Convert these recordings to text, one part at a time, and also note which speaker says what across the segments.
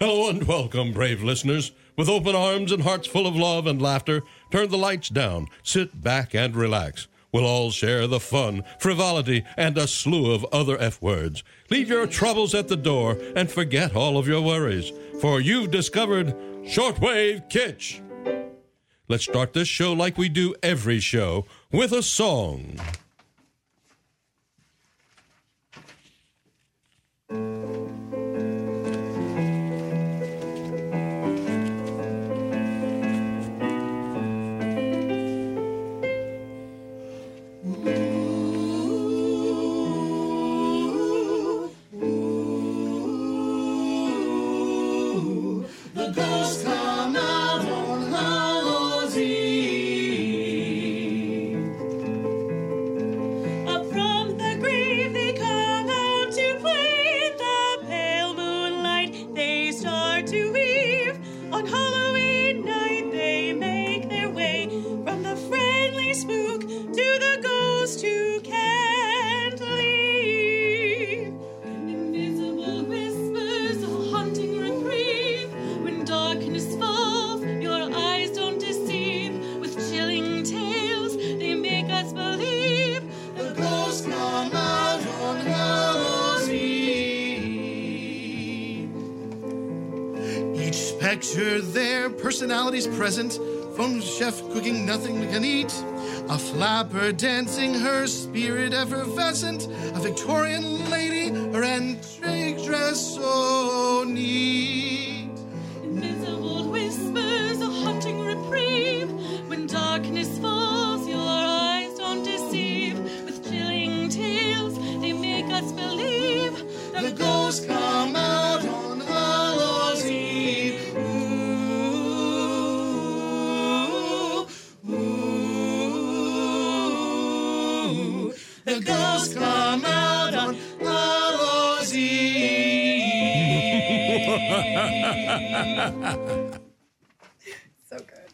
Speaker 1: and welcome, brave listeners. With open arms and hearts full of love and laughter, turn the lights down, sit back and relax. We'll all share the fun, frivolity, and a slew of other F words. Leave your troubles at the door and forget all of your worries, for you've discovered Shortwave Kitsch. Let's start this show like we do every show with a song.
Speaker 2: The ghosts come out on Hallows Eve. Up from the grave they come out to play in the pale moonlight. They start to weave. On Halloween night they make their way from the friendly spook to the ghost who can't leave. Invisible whispers of haunting reprieve. When darkness falls, your eyes don't deceive. With chilling tales, they make us believe. The ghosts come out on Hallows Eve.
Speaker 3: Each picture there, personalities present. Phone chef cooking nothing we can eat. A flapper dancing, her spirit effervescent. A Victorian lady, her antique dress so neat.
Speaker 2: Invisible whispers, a haunting reprieve. When darkness falls, your eyes don't deceive. With chilling tales, they make us believe.
Speaker 3: The ghosts come out on Hallows Eve.
Speaker 2: The ghosts come out on
Speaker 3: Hallows Eve.
Speaker 4: So good.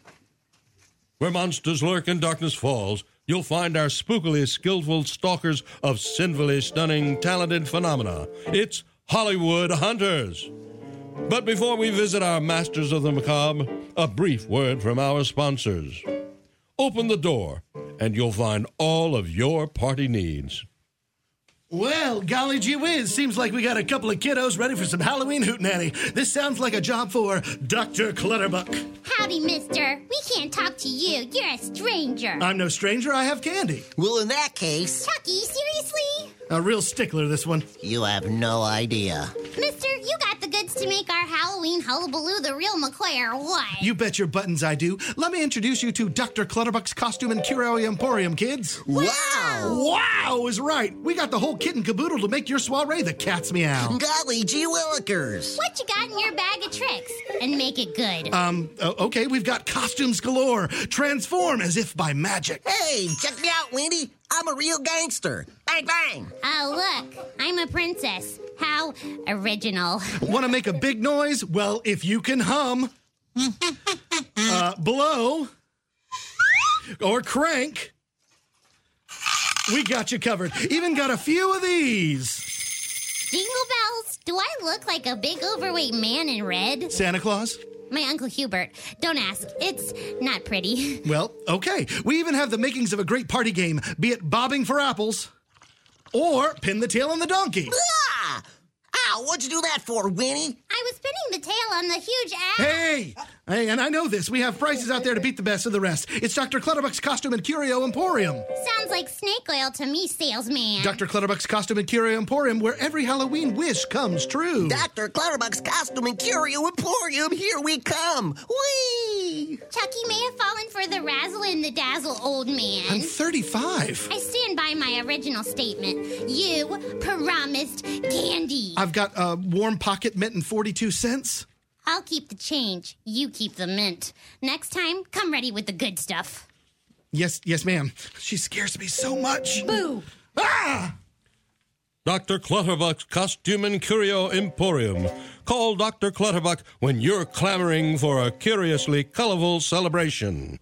Speaker 1: Where monsters lurk and darkness falls, you'll find our spookily skillful stalkers of sinfully stunning, talented phenomena. It's Hollywood Hunters. But before we visit our masters of the macabre, a brief word from our sponsors. Open the door, and you'll find all of your party needs.
Speaker 3: Well, golly gee whiz, seems like we got a couple of kiddos ready for some Halloween hootenanny. This sounds like a job for Dr. Clutterbuck.
Speaker 5: Howdy, mister. We can't talk to you. You're a stranger.
Speaker 3: I'm no stranger, I have candy.
Speaker 6: Well, in that case,
Speaker 5: Chucky, seriously?
Speaker 3: A real stickler, this one.
Speaker 6: you have no idea.
Speaker 5: Mister, you got the goods to make our Halloween hullabaloo the real McCoy or what?
Speaker 3: You bet your buttons I do. Let me introduce you to Dr. Clutterbuck's Costume and Curio Emporium, kids.
Speaker 6: Wow!
Speaker 3: Wow is right. We got the whole kit and caboodle to make your soiree the cat's meow.
Speaker 6: Golly gee willikers!
Speaker 5: What you got in your bag of tricks? And make it good.
Speaker 3: Um, uh, okay, we've got costumes galore. Transform as if by magic.
Speaker 6: Hey, check me out, Wendy. I'm a real gangster. Bang, bang!
Speaker 5: oh, look. I'm a princess. How original.
Speaker 3: Want to make a big noise? Well, if you can hum, uh, blow, or crank, we got you covered. Even got a few of these.
Speaker 5: Jingle bells, do I look like a big overweight man in red?
Speaker 3: Santa Claus?
Speaker 5: My Uncle Hubert. Don't ask. It's not pretty.
Speaker 3: Well, okay. We even have the makings of a great party game, be it bobbing for apples or pin the tail on the donkey.
Speaker 6: Ah! Ow, what'd you do that for, Winnie?
Speaker 5: I was pinning the tail on the huge ass.
Speaker 3: Hey! Hey, and I know this. We have prizes out there to beat the best of the rest. It's Dr. Clutterbuck's Costume and Curio Emporium.
Speaker 5: Sounds like snake oil to me, salesman.
Speaker 3: Dr. Clutterbuck's Costume and Curio Emporium, where every Halloween wish comes true.
Speaker 6: Dr. Clutterbuck's Costume and Curio Emporium, here we come! Whee!
Speaker 5: Chucky may have fallen for the razzle and the dazzle, old
Speaker 3: I'm
Speaker 5: man.
Speaker 3: 35.
Speaker 5: I stand by my original statement. You promised candy.
Speaker 3: I've got a warm pocket mint and 42 cents.
Speaker 5: I'll keep the change. You keep the mint. Next time, come ready with the good stuff.
Speaker 3: Yes, yes, ma'am. She scares me so much.
Speaker 4: Boo!
Speaker 3: Ah!
Speaker 1: Dr. Clutterbuck's Costume and Curio Emporium. Call Dr. Clutterbuck when you're clamoring for a curiously colorful celebration.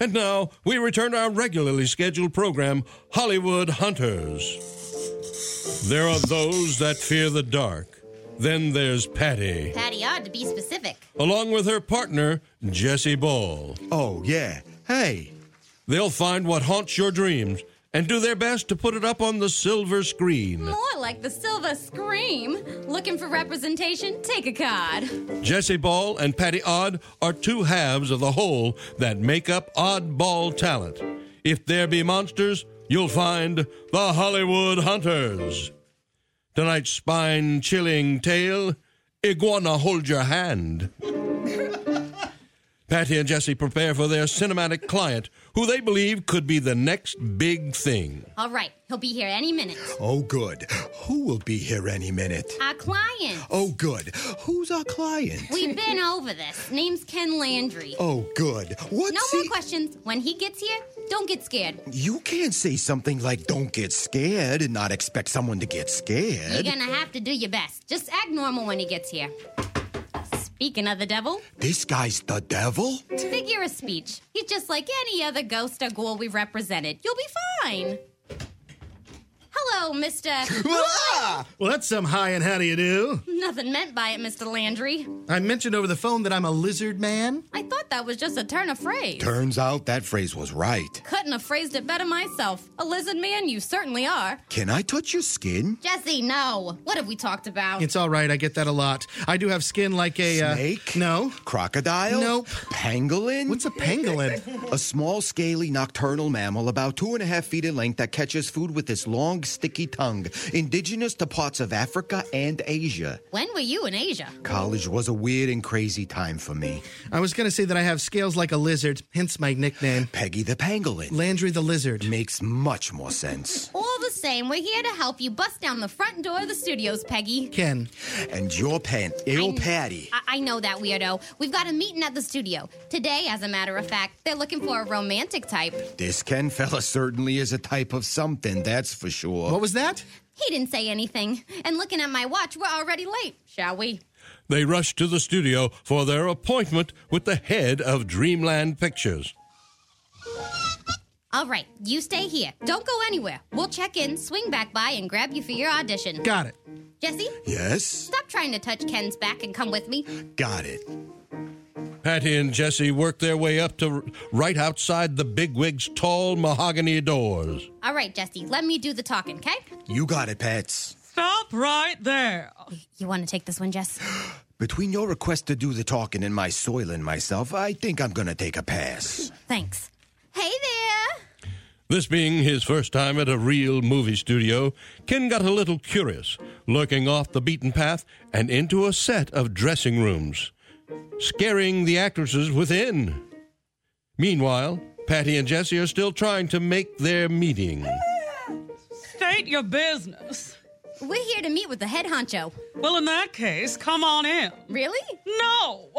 Speaker 1: And now we return to our regularly scheduled program, Hollywood Hunters. There are those that fear the dark, Then there's Patty,
Speaker 5: Patty odd to be specific.
Speaker 1: along with her partner, Jesse Ball.
Speaker 7: Oh, yeah. Hey.
Speaker 1: They'll find what haunts your dreams and do their best to put it up on the silver screen.
Speaker 8: More like the Silva Scream. Looking for representation? Take a card.
Speaker 1: Jesse Ball and Patty Odd are two halves of the whole that make up oddball talent. If there be monsters, you'll find the Hollywood Hunters. Tonight's spine chilling tale Iguana Hold Your Hand. Patty and Jesse prepare for their cinematic client, who they believe could be the next big thing.
Speaker 5: All right, he'll be here any minute.
Speaker 7: Oh, good. Who will be here any minute?
Speaker 5: Our client.
Speaker 7: Oh, good. Who's our client?
Speaker 5: We've been over this. Name's Ken Landry.
Speaker 7: Oh, good. What's
Speaker 5: No more
Speaker 7: he-
Speaker 5: questions. When he gets here, don't get scared.
Speaker 7: You can't say something like "Don't get scared" and not expect someone to
Speaker 5: You're
Speaker 7: get scared.
Speaker 5: gonna have to do your best. Just act normal when he gets here. Speaking of the devil,
Speaker 7: This guy's the devil.
Speaker 5: figure of speech. He's just like any other ghost or ghoul we've represented. You'll be fine. Hello, Mr.
Speaker 7: Ah!
Speaker 3: Well, that's some high and how do you do?
Speaker 5: Nothing meant by it, Mr. Landry.
Speaker 3: I mentioned over the phone that I'm a lizard man.
Speaker 8: I thought that was just a turn of phrase.
Speaker 7: Turns out that phrase was right.
Speaker 8: Couldn't have phrased it better myself. A lizard man, you certainly are.
Speaker 7: Can I touch your skin?
Speaker 5: Jesse, no. What have we talked about?
Speaker 3: It's all right. I get that a lot. I do have skin like a uh,
Speaker 7: Snake?
Speaker 3: no.
Speaker 7: Crocodile?
Speaker 3: Nope.
Speaker 7: Pangolin?
Speaker 3: What's a pangolin?
Speaker 7: a small, scaly, nocturnal mammal about two and a half feet in length that catches food with its long, sticky tongue, indigenous to parts of Africa and Asia.
Speaker 5: when were you in Asia?
Speaker 7: College was a weird and crazy time for me.
Speaker 3: I was gonna say that I have scales like a lizard, hence my nickname,
Speaker 7: Peggy the Pangolin
Speaker 3: Landry the Lizard.
Speaker 7: makes much more sense.
Speaker 5: All the same, we're here to help you bust down the front door of the studios, Peggy.
Speaker 3: Ken.
Speaker 7: And your pen, ill Patty.
Speaker 5: I, I know that weirdo. We've got a meeting at the studio. Today, as a matter of fact, they're looking for a romantic type.
Speaker 7: This Ken fella certainly is a type of something, that's for sure.
Speaker 3: What was that?
Speaker 5: He didn't say anything. And looking at my watch, we're already late, shall we?
Speaker 1: They rush to the studio for their appointment with the head of Dreamland Pictures.
Speaker 5: All right, you stay here. Don't go anywhere. We'll check in, swing back by, and grab you for your audition.
Speaker 3: Got it.
Speaker 5: Jesse,
Speaker 7: yes?
Speaker 5: stop trying to touch Ken's back and come with me.
Speaker 7: Got it.
Speaker 1: Patty and Jesse work their way up to r- right outside the bigwig's tall mahogany doors.
Speaker 5: All right, Jesse, let me do the talking, okay?
Speaker 7: You got it, Pets.
Speaker 2: Stop right there.
Speaker 5: You want to take this one, Jess?
Speaker 7: Between your request to do the talking and my soiling myself, I think I'm gonna take a pass.
Speaker 5: Thanks. Hey there.
Speaker 1: This being his first time at a real movie studio, Ken got a little curious, lurking off the beaten path and into a set of dressing rooms, scaring the actresses within. Meanwhile, Patty and Jesse are still trying to make their meeting.
Speaker 2: State your business.
Speaker 5: We're here to meet with the head honcho.
Speaker 2: Well, in that case, come on in.
Speaker 5: Really?
Speaker 2: No!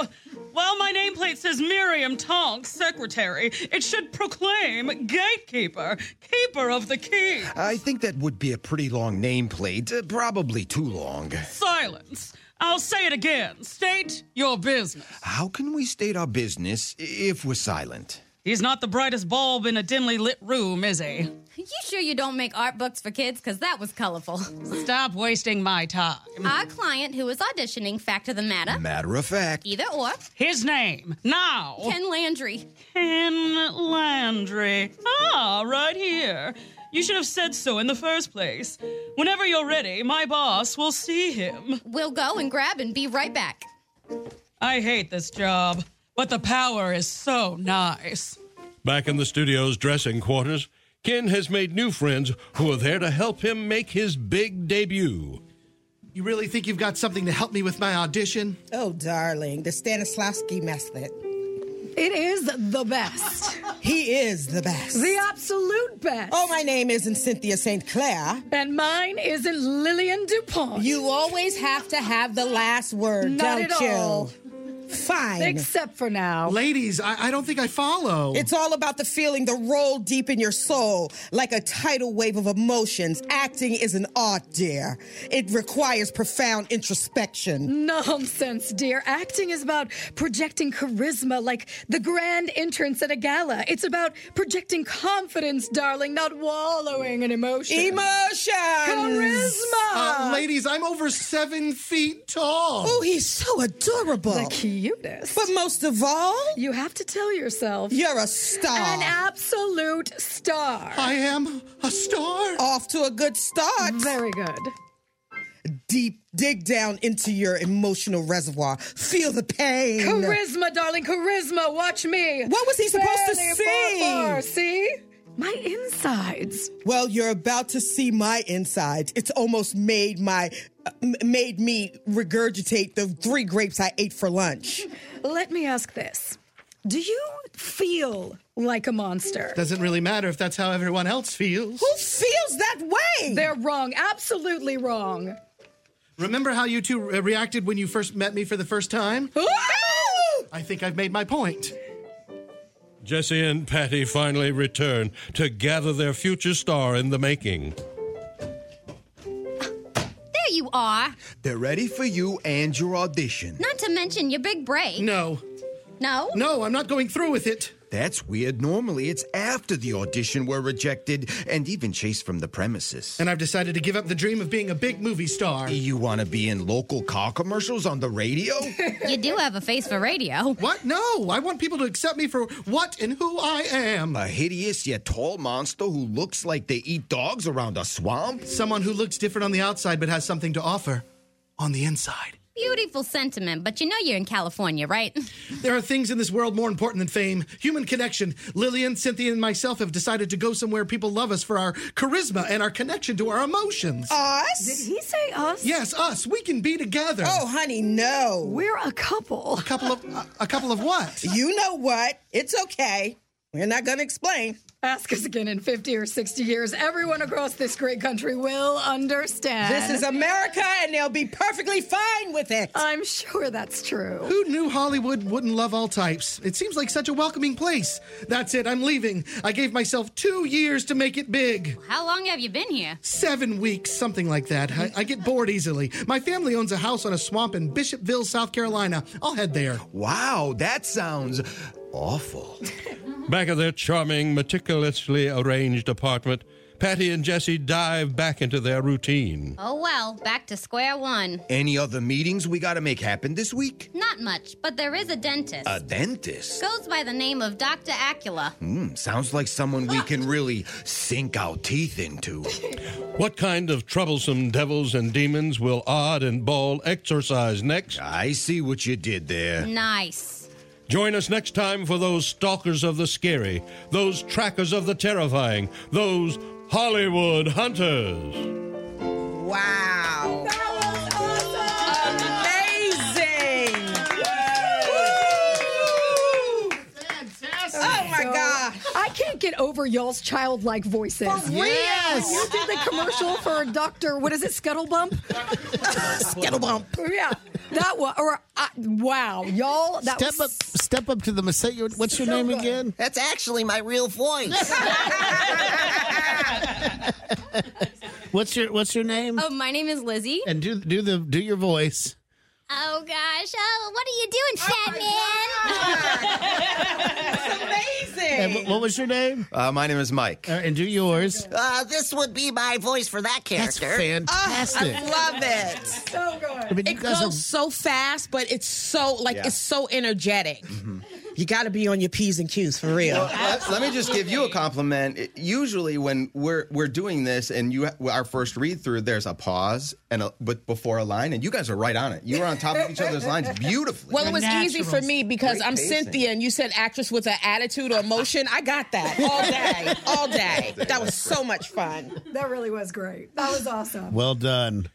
Speaker 2: Well, my nameplate says Miriam Tonks, secretary. It should proclaim gatekeeper, keeper of the key.
Speaker 7: I think that would be a pretty long nameplate, uh, probably too long.
Speaker 2: Silence. I'll say it again. State your business.
Speaker 7: How can we state our business i- if we're silent?
Speaker 2: He's not the brightest bulb in a dimly lit room, is he?
Speaker 8: You sure you don't make art books for kids? Because that was colorful.
Speaker 2: Stop wasting my time.
Speaker 5: Our client who is auditioning, fact of the matter,
Speaker 7: Matter of fact,
Speaker 5: either or,
Speaker 2: His name, now.
Speaker 8: Ken Landry.
Speaker 2: Ken Landry. Ah, right here. You should have said so in the first place. Whenever you're ready, my boss will see him.
Speaker 8: We'll go and grab and be right back.
Speaker 2: I hate this job, but the power is so nice.
Speaker 1: Back in the studio's dressing quarters, Ken has made new friends who are there to help him make his big debut.
Speaker 3: You really think you've got something to help me with my audition?
Speaker 9: Oh, darling, the Stanislavski method.
Speaker 10: It is the best.
Speaker 9: He is the best.
Speaker 10: the absolute best.
Speaker 9: Oh, my name isn't Cynthia St. Clair.
Speaker 10: And mine isn't Lillian DuPont.
Speaker 9: You always have to have the last word,
Speaker 10: Not
Speaker 9: don't
Speaker 10: at
Speaker 9: you?
Speaker 10: all.
Speaker 9: Fine.
Speaker 10: Except for now.
Speaker 3: Ladies, I, I don't think I follow.
Speaker 9: It's all about the feeling, the roll deep in your soul, like a tidal wave of emotions. Acting is an art, dear. It requires profound introspection.
Speaker 10: Nonsense, dear. Acting is about projecting charisma like the grand entrance at a gala. It's about projecting confidence, darling, not wallowing in emotion.
Speaker 9: Emotions!
Speaker 10: Charisma!
Speaker 3: Uh, ladies, I'm over seven feet tall.
Speaker 9: Oh, he's so adorable.
Speaker 10: The cutest.
Speaker 9: But most of all,
Speaker 10: You have to tell yourself
Speaker 9: you're a star.
Speaker 10: an absolute star.
Speaker 3: I am a star.
Speaker 9: Off to a good start.
Speaker 10: Very good.
Speaker 9: Deep, dig down into your emotional reservoir. Feel the pain.
Speaker 10: Charisma, darling, charisma. Watch me.
Speaker 9: What was he supposed to
Speaker 10: Barely
Speaker 9: sing?
Speaker 10: fall far, See? My insides.
Speaker 9: Well, you're about to see my insides. It's almost made my uh, m- made me regurgitate the three grapes I ate for lunch.
Speaker 10: Let me ask this. Do you feel like a monster?
Speaker 3: Doesn't really matter if that's how everyone else feels.
Speaker 9: Who feels that way?
Speaker 10: They're wrong. Absolutely wrong.
Speaker 3: Remember how you two uh, reacted when you first met me for the first time?
Speaker 9: Ooh!
Speaker 3: I think I've made my point.
Speaker 1: Jesse and Patty finally return to gather their future star in the making.
Speaker 5: There you are.
Speaker 7: They're ready for you and your audition.
Speaker 5: Not to mention your big break.
Speaker 3: No.
Speaker 5: No?
Speaker 3: No, I'm not going through with it.
Speaker 7: That's weird. Normally, it's after the audition we're rejected and even chased from the premises.
Speaker 3: And I've decided to give up the dream of being a big movie star.
Speaker 9: E
Speaker 7: You want to be in local car commercials on the radio?
Speaker 5: You do have a face for radio.
Speaker 3: What? No, I want people to accept me for what and who I am.
Speaker 7: a hideous yet tall monster who looks like they eat dogs around a swamp?
Speaker 3: Someone who looks different on the outside but has something to offer on the inside.
Speaker 5: Beautiful sentiment, but you know you're in California, right?
Speaker 3: There are things in this world more important than fame, human connection. Lillian, Cynthia, and myself have decided to go somewhere people love us for our charisma and our connection to our emotions.
Speaker 10: Did
Speaker 9: Us?
Speaker 10: he say us?
Speaker 3: yes, us. We can be together.
Speaker 9: Oh, honey, no.
Speaker 10: We're a couple.
Speaker 3: A couple of a, a couple of what?
Speaker 9: You know what? It's okay. We're not gonna explain.
Speaker 10: Ask us again in 50 or 60 years. Everyone across this great country will understand.
Speaker 9: This is America, and they'll be perfectly fine with it.
Speaker 10: I'm sure that's true.
Speaker 3: Who knew Hollywood wouldn't love all types? It seems like such a welcoming place. That's it. I'm leaving. I gave myself two years to make it big.
Speaker 5: How long have you been here?
Speaker 3: Seven weeks, something like that. I, I get bored easily. My family owns a house on a swamp in Bishopville, South Carolina. I'll head there.
Speaker 7: Wow, that sounds awful.
Speaker 1: Back at their charming, meticulously arranged apartment, Patty and Jesse dive back into their routine.
Speaker 5: Oh well, back to square one.
Speaker 7: Any other meetings we gotta make happen this week?
Speaker 5: Not much, but there is a dentist.
Speaker 7: A dentist?
Speaker 5: Goes by the name of Dr. Acula.
Speaker 7: Hmm, sounds like someone we can really sink our teeth into.
Speaker 1: What kind of troublesome devils and demons will Odd and Ball exorcise next?
Speaker 7: I see what you did there.
Speaker 5: Nice.
Speaker 1: Join us next time for those stalkers of the scary, those trackers of the terrifying, those Hollywood hunters.
Speaker 9: Wow. Amazing. Woo! Oh my God.
Speaker 10: I can't get over y'all's childlike voices.
Speaker 3: Yes.
Speaker 10: You did the commercial for Dr. What is it, Scuttlebump?
Speaker 9: Skittlebump.
Speaker 10: yeah. That was, or, uh, wow, y'all, that
Speaker 11: Step
Speaker 10: was
Speaker 11: up, step up to the mistake. What's your name again?
Speaker 6: That's actually my real voice.
Speaker 11: What's your What's your name?
Speaker 5: Oh, my name is Lizzie.
Speaker 11: And do do the do your voice.
Speaker 5: Oh gosh. Oh, what are you doing, fat man?
Speaker 11: And wh-
Speaker 9: Amazing.
Speaker 11: what was your name?
Speaker 7: Uh, my name is Mike.
Speaker 11: Uh, and do yours.
Speaker 6: Uh, this would be my voice for that
Speaker 11: That's
Speaker 6: character.
Speaker 11: fantastic.
Speaker 9: I love it.
Speaker 10: so good.
Speaker 11: I mean, you
Speaker 9: Uh, It
Speaker 11: guys
Speaker 9: goes
Speaker 11: are,
Speaker 9: so fast, but it's so like
Speaker 7: Yeah.
Speaker 9: it's so energetic. Mm-hmm. You got to be on your p's and q's for real.
Speaker 7: Let, let me just give you a compliment. It- Usually, when we're we're doing this and you ha- our first read through, there's a pause and a, but before a line, and you guys are right on it. You were on top of each other's lines beautifully.
Speaker 9: Well, it was easy for me because
Speaker 7: Great
Speaker 9: I'm
Speaker 7: pacing.
Speaker 9: Cynthia, and you said actress with an attitude or emotion. I got that all day, all day. That was so much fun.
Speaker 10: That really was great. That was awesome.
Speaker 11: well done.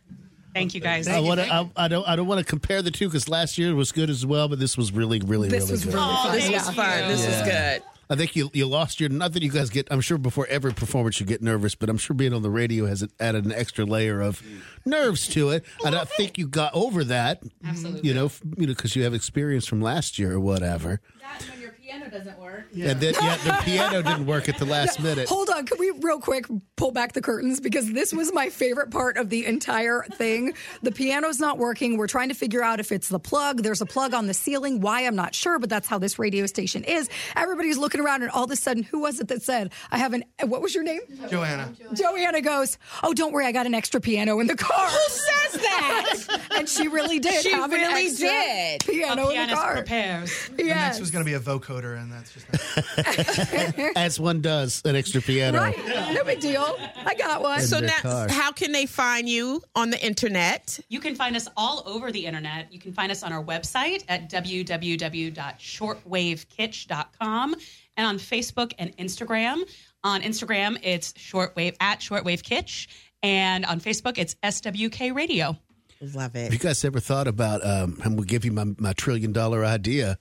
Speaker 2: Thank you guys.
Speaker 11: I, wanna, I, I don't. I don't want to compare the two because last year was good as well, but this was really, really,
Speaker 10: This
Speaker 11: really
Speaker 10: was
Speaker 11: good.
Speaker 10: really
Speaker 9: Oh,
Speaker 10: fun.
Speaker 9: this was
Speaker 10: Yeah.
Speaker 9: fun. This was good.
Speaker 11: I think you you lost your. Not that you guys get. I'm sure before every performance you get nervous, but I'm sure being on the radio has added an extra layer of nerves to it. I don't think you got over that.
Speaker 12: Absolutely.
Speaker 11: You know, f- you know, because you have experience from last year or whatever.
Speaker 12: That when your piano doesn't work.
Speaker 11: And then yeah, the piano didn't work at the last
Speaker 10: Yeah,
Speaker 11: minute.
Speaker 10: Hold on, can we real quick pull back the curtains because this was my favorite part of the entire thing. The piano's not working. We're trying to figure out if it's the plug. There's a plug on the ceiling. Why I'm not sure, but that's how this radio station is. Everybody's looking around, and all of a sudden, who was it that said, "I have an"? What was your name?
Speaker 3: Joanna.
Speaker 10: Joanna goes, "Oh, don't worry, I got an extra piano in the car."
Speaker 4: Who says that?
Speaker 10: and she really did.
Speaker 4: She
Speaker 10: have an
Speaker 4: really
Speaker 10: extra
Speaker 4: did.
Speaker 10: Piano in the
Speaker 4: A pianist
Speaker 10: car.
Speaker 4: prepares.
Speaker 3: The
Speaker 10: Yes.
Speaker 3: next was going to be a vocoder, and that's just.
Speaker 11: As one does an extra piano.
Speaker 10: Right. No big deal. I got one.
Speaker 11: In
Speaker 13: so
Speaker 11: their
Speaker 13: now,
Speaker 11: car.
Speaker 13: how can they find you on the internet?
Speaker 12: You can find us all over the internet. You can find us on our website at www.shortwavekitch.com and on Facebook and Instagram. On Instagram, it's shortwave at shortwave kitch, and on Facebook, it's SWK Radio.
Speaker 4: Love
Speaker 11: Have you
Speaker 4: it.
Speaker 11: guys ever thought about? Um, I'm gonna give you my, my trillion dollar idea.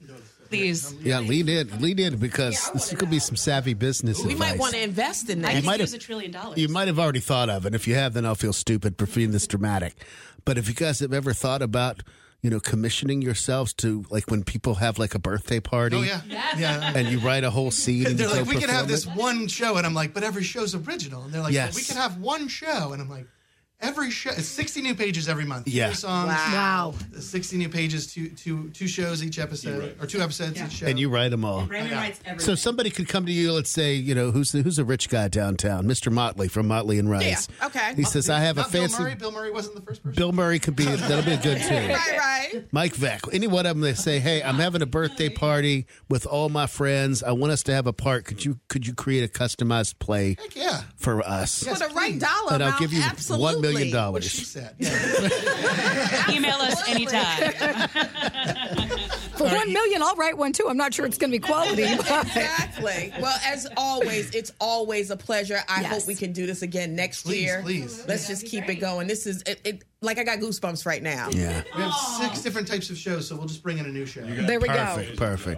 Speaker 12: Please,
Speaker 11: Yeah, lean in, lean in, because this could be some savvy business.
Speaker 13: We might
Speaker 11: advice.
Speaker 13: want to invest in that.
Speaker 11: I You could might use have-
Speaker 12: a trillion dollars.
Speaker 11: You might have already thought of, and if you have, then I'll feel stupid for being this dramatic. But if you guys have ever thought about, you know, commissioning yourselves to like when people have like a birthday party,
Speaker 3: Oh yeah, yeah.
Speaker 11: and you write a whole scene, and
Speaker 3: They're
Speaker 11: you go
Speaker 3: like, we could have
Speaker 11: perform
Speaker 3: this
Speaker 11: it."
Speaker 3: one show, and I'm like, but every show's original. And they're like,
Speaker 11: Yes.
Speaker 3: we could have one show, and I'm like, every show, it's 60 new pages every month.
Speaker 11: Yeah.
Speaker 3: Three songs.
Speaker 10: Wow.
Speaker 3: 60 new pages, two two two shows each episode, or two episodes each show.
Speaker 11: and you write them all.
Speaker 3: Brandon Yeah. writes
Speaker 11: So somebody could come to you. Let's say, you know, who's the, who's a rich guy downtown, Mr. Motley from Motley and Rice.
Speaker 13: okay.
Speaker 11: He says, I have a
Speaker 3: Not
Speaker 11: fancy.
Speaker 3: Bill Murray. Bill Murray wasn't the first person.
Speaker 11: Bill Murray could be that'll be a good too.
Speaker 13: right, right.
Speaker 11: Mike Vec, any one of them, they say, "Hey, I'm having a birthday party with all my friends. I want us to have a part. Could you could you create a customized play
Speaker 3: yeah.
Speaker 11: for us?
Speaker 13: For the right dollar
Speaker 11: and
Speaker 13: amount,
Speaker 11: I'll give you
Speaker 13: absolutely.
Speaker 11: one million
Speaker 3: What she
Speaker 11: dollars.
Speaker 3: said.
Speaker 12: Email us anytime.
Speaker 10: For one million, I'll write one too. I'm not sure it's going to be quality. but-
Speaker 13: exactly. Well, as always, it's always a pleasure. I hope we can do this again next
Speaker 3: Please,
Speaker 13: year.
Speaker 3: please.
Speaker 13: Let's just keep it going. This is it, it. Like I got goosebumps right now.
Speaker 11: Yeah.
Speaker 3: We have six different types of shows, so we'll just bring in a new show.
Speaker 13: There we go.
Speaker 11: Perfect. Perfect.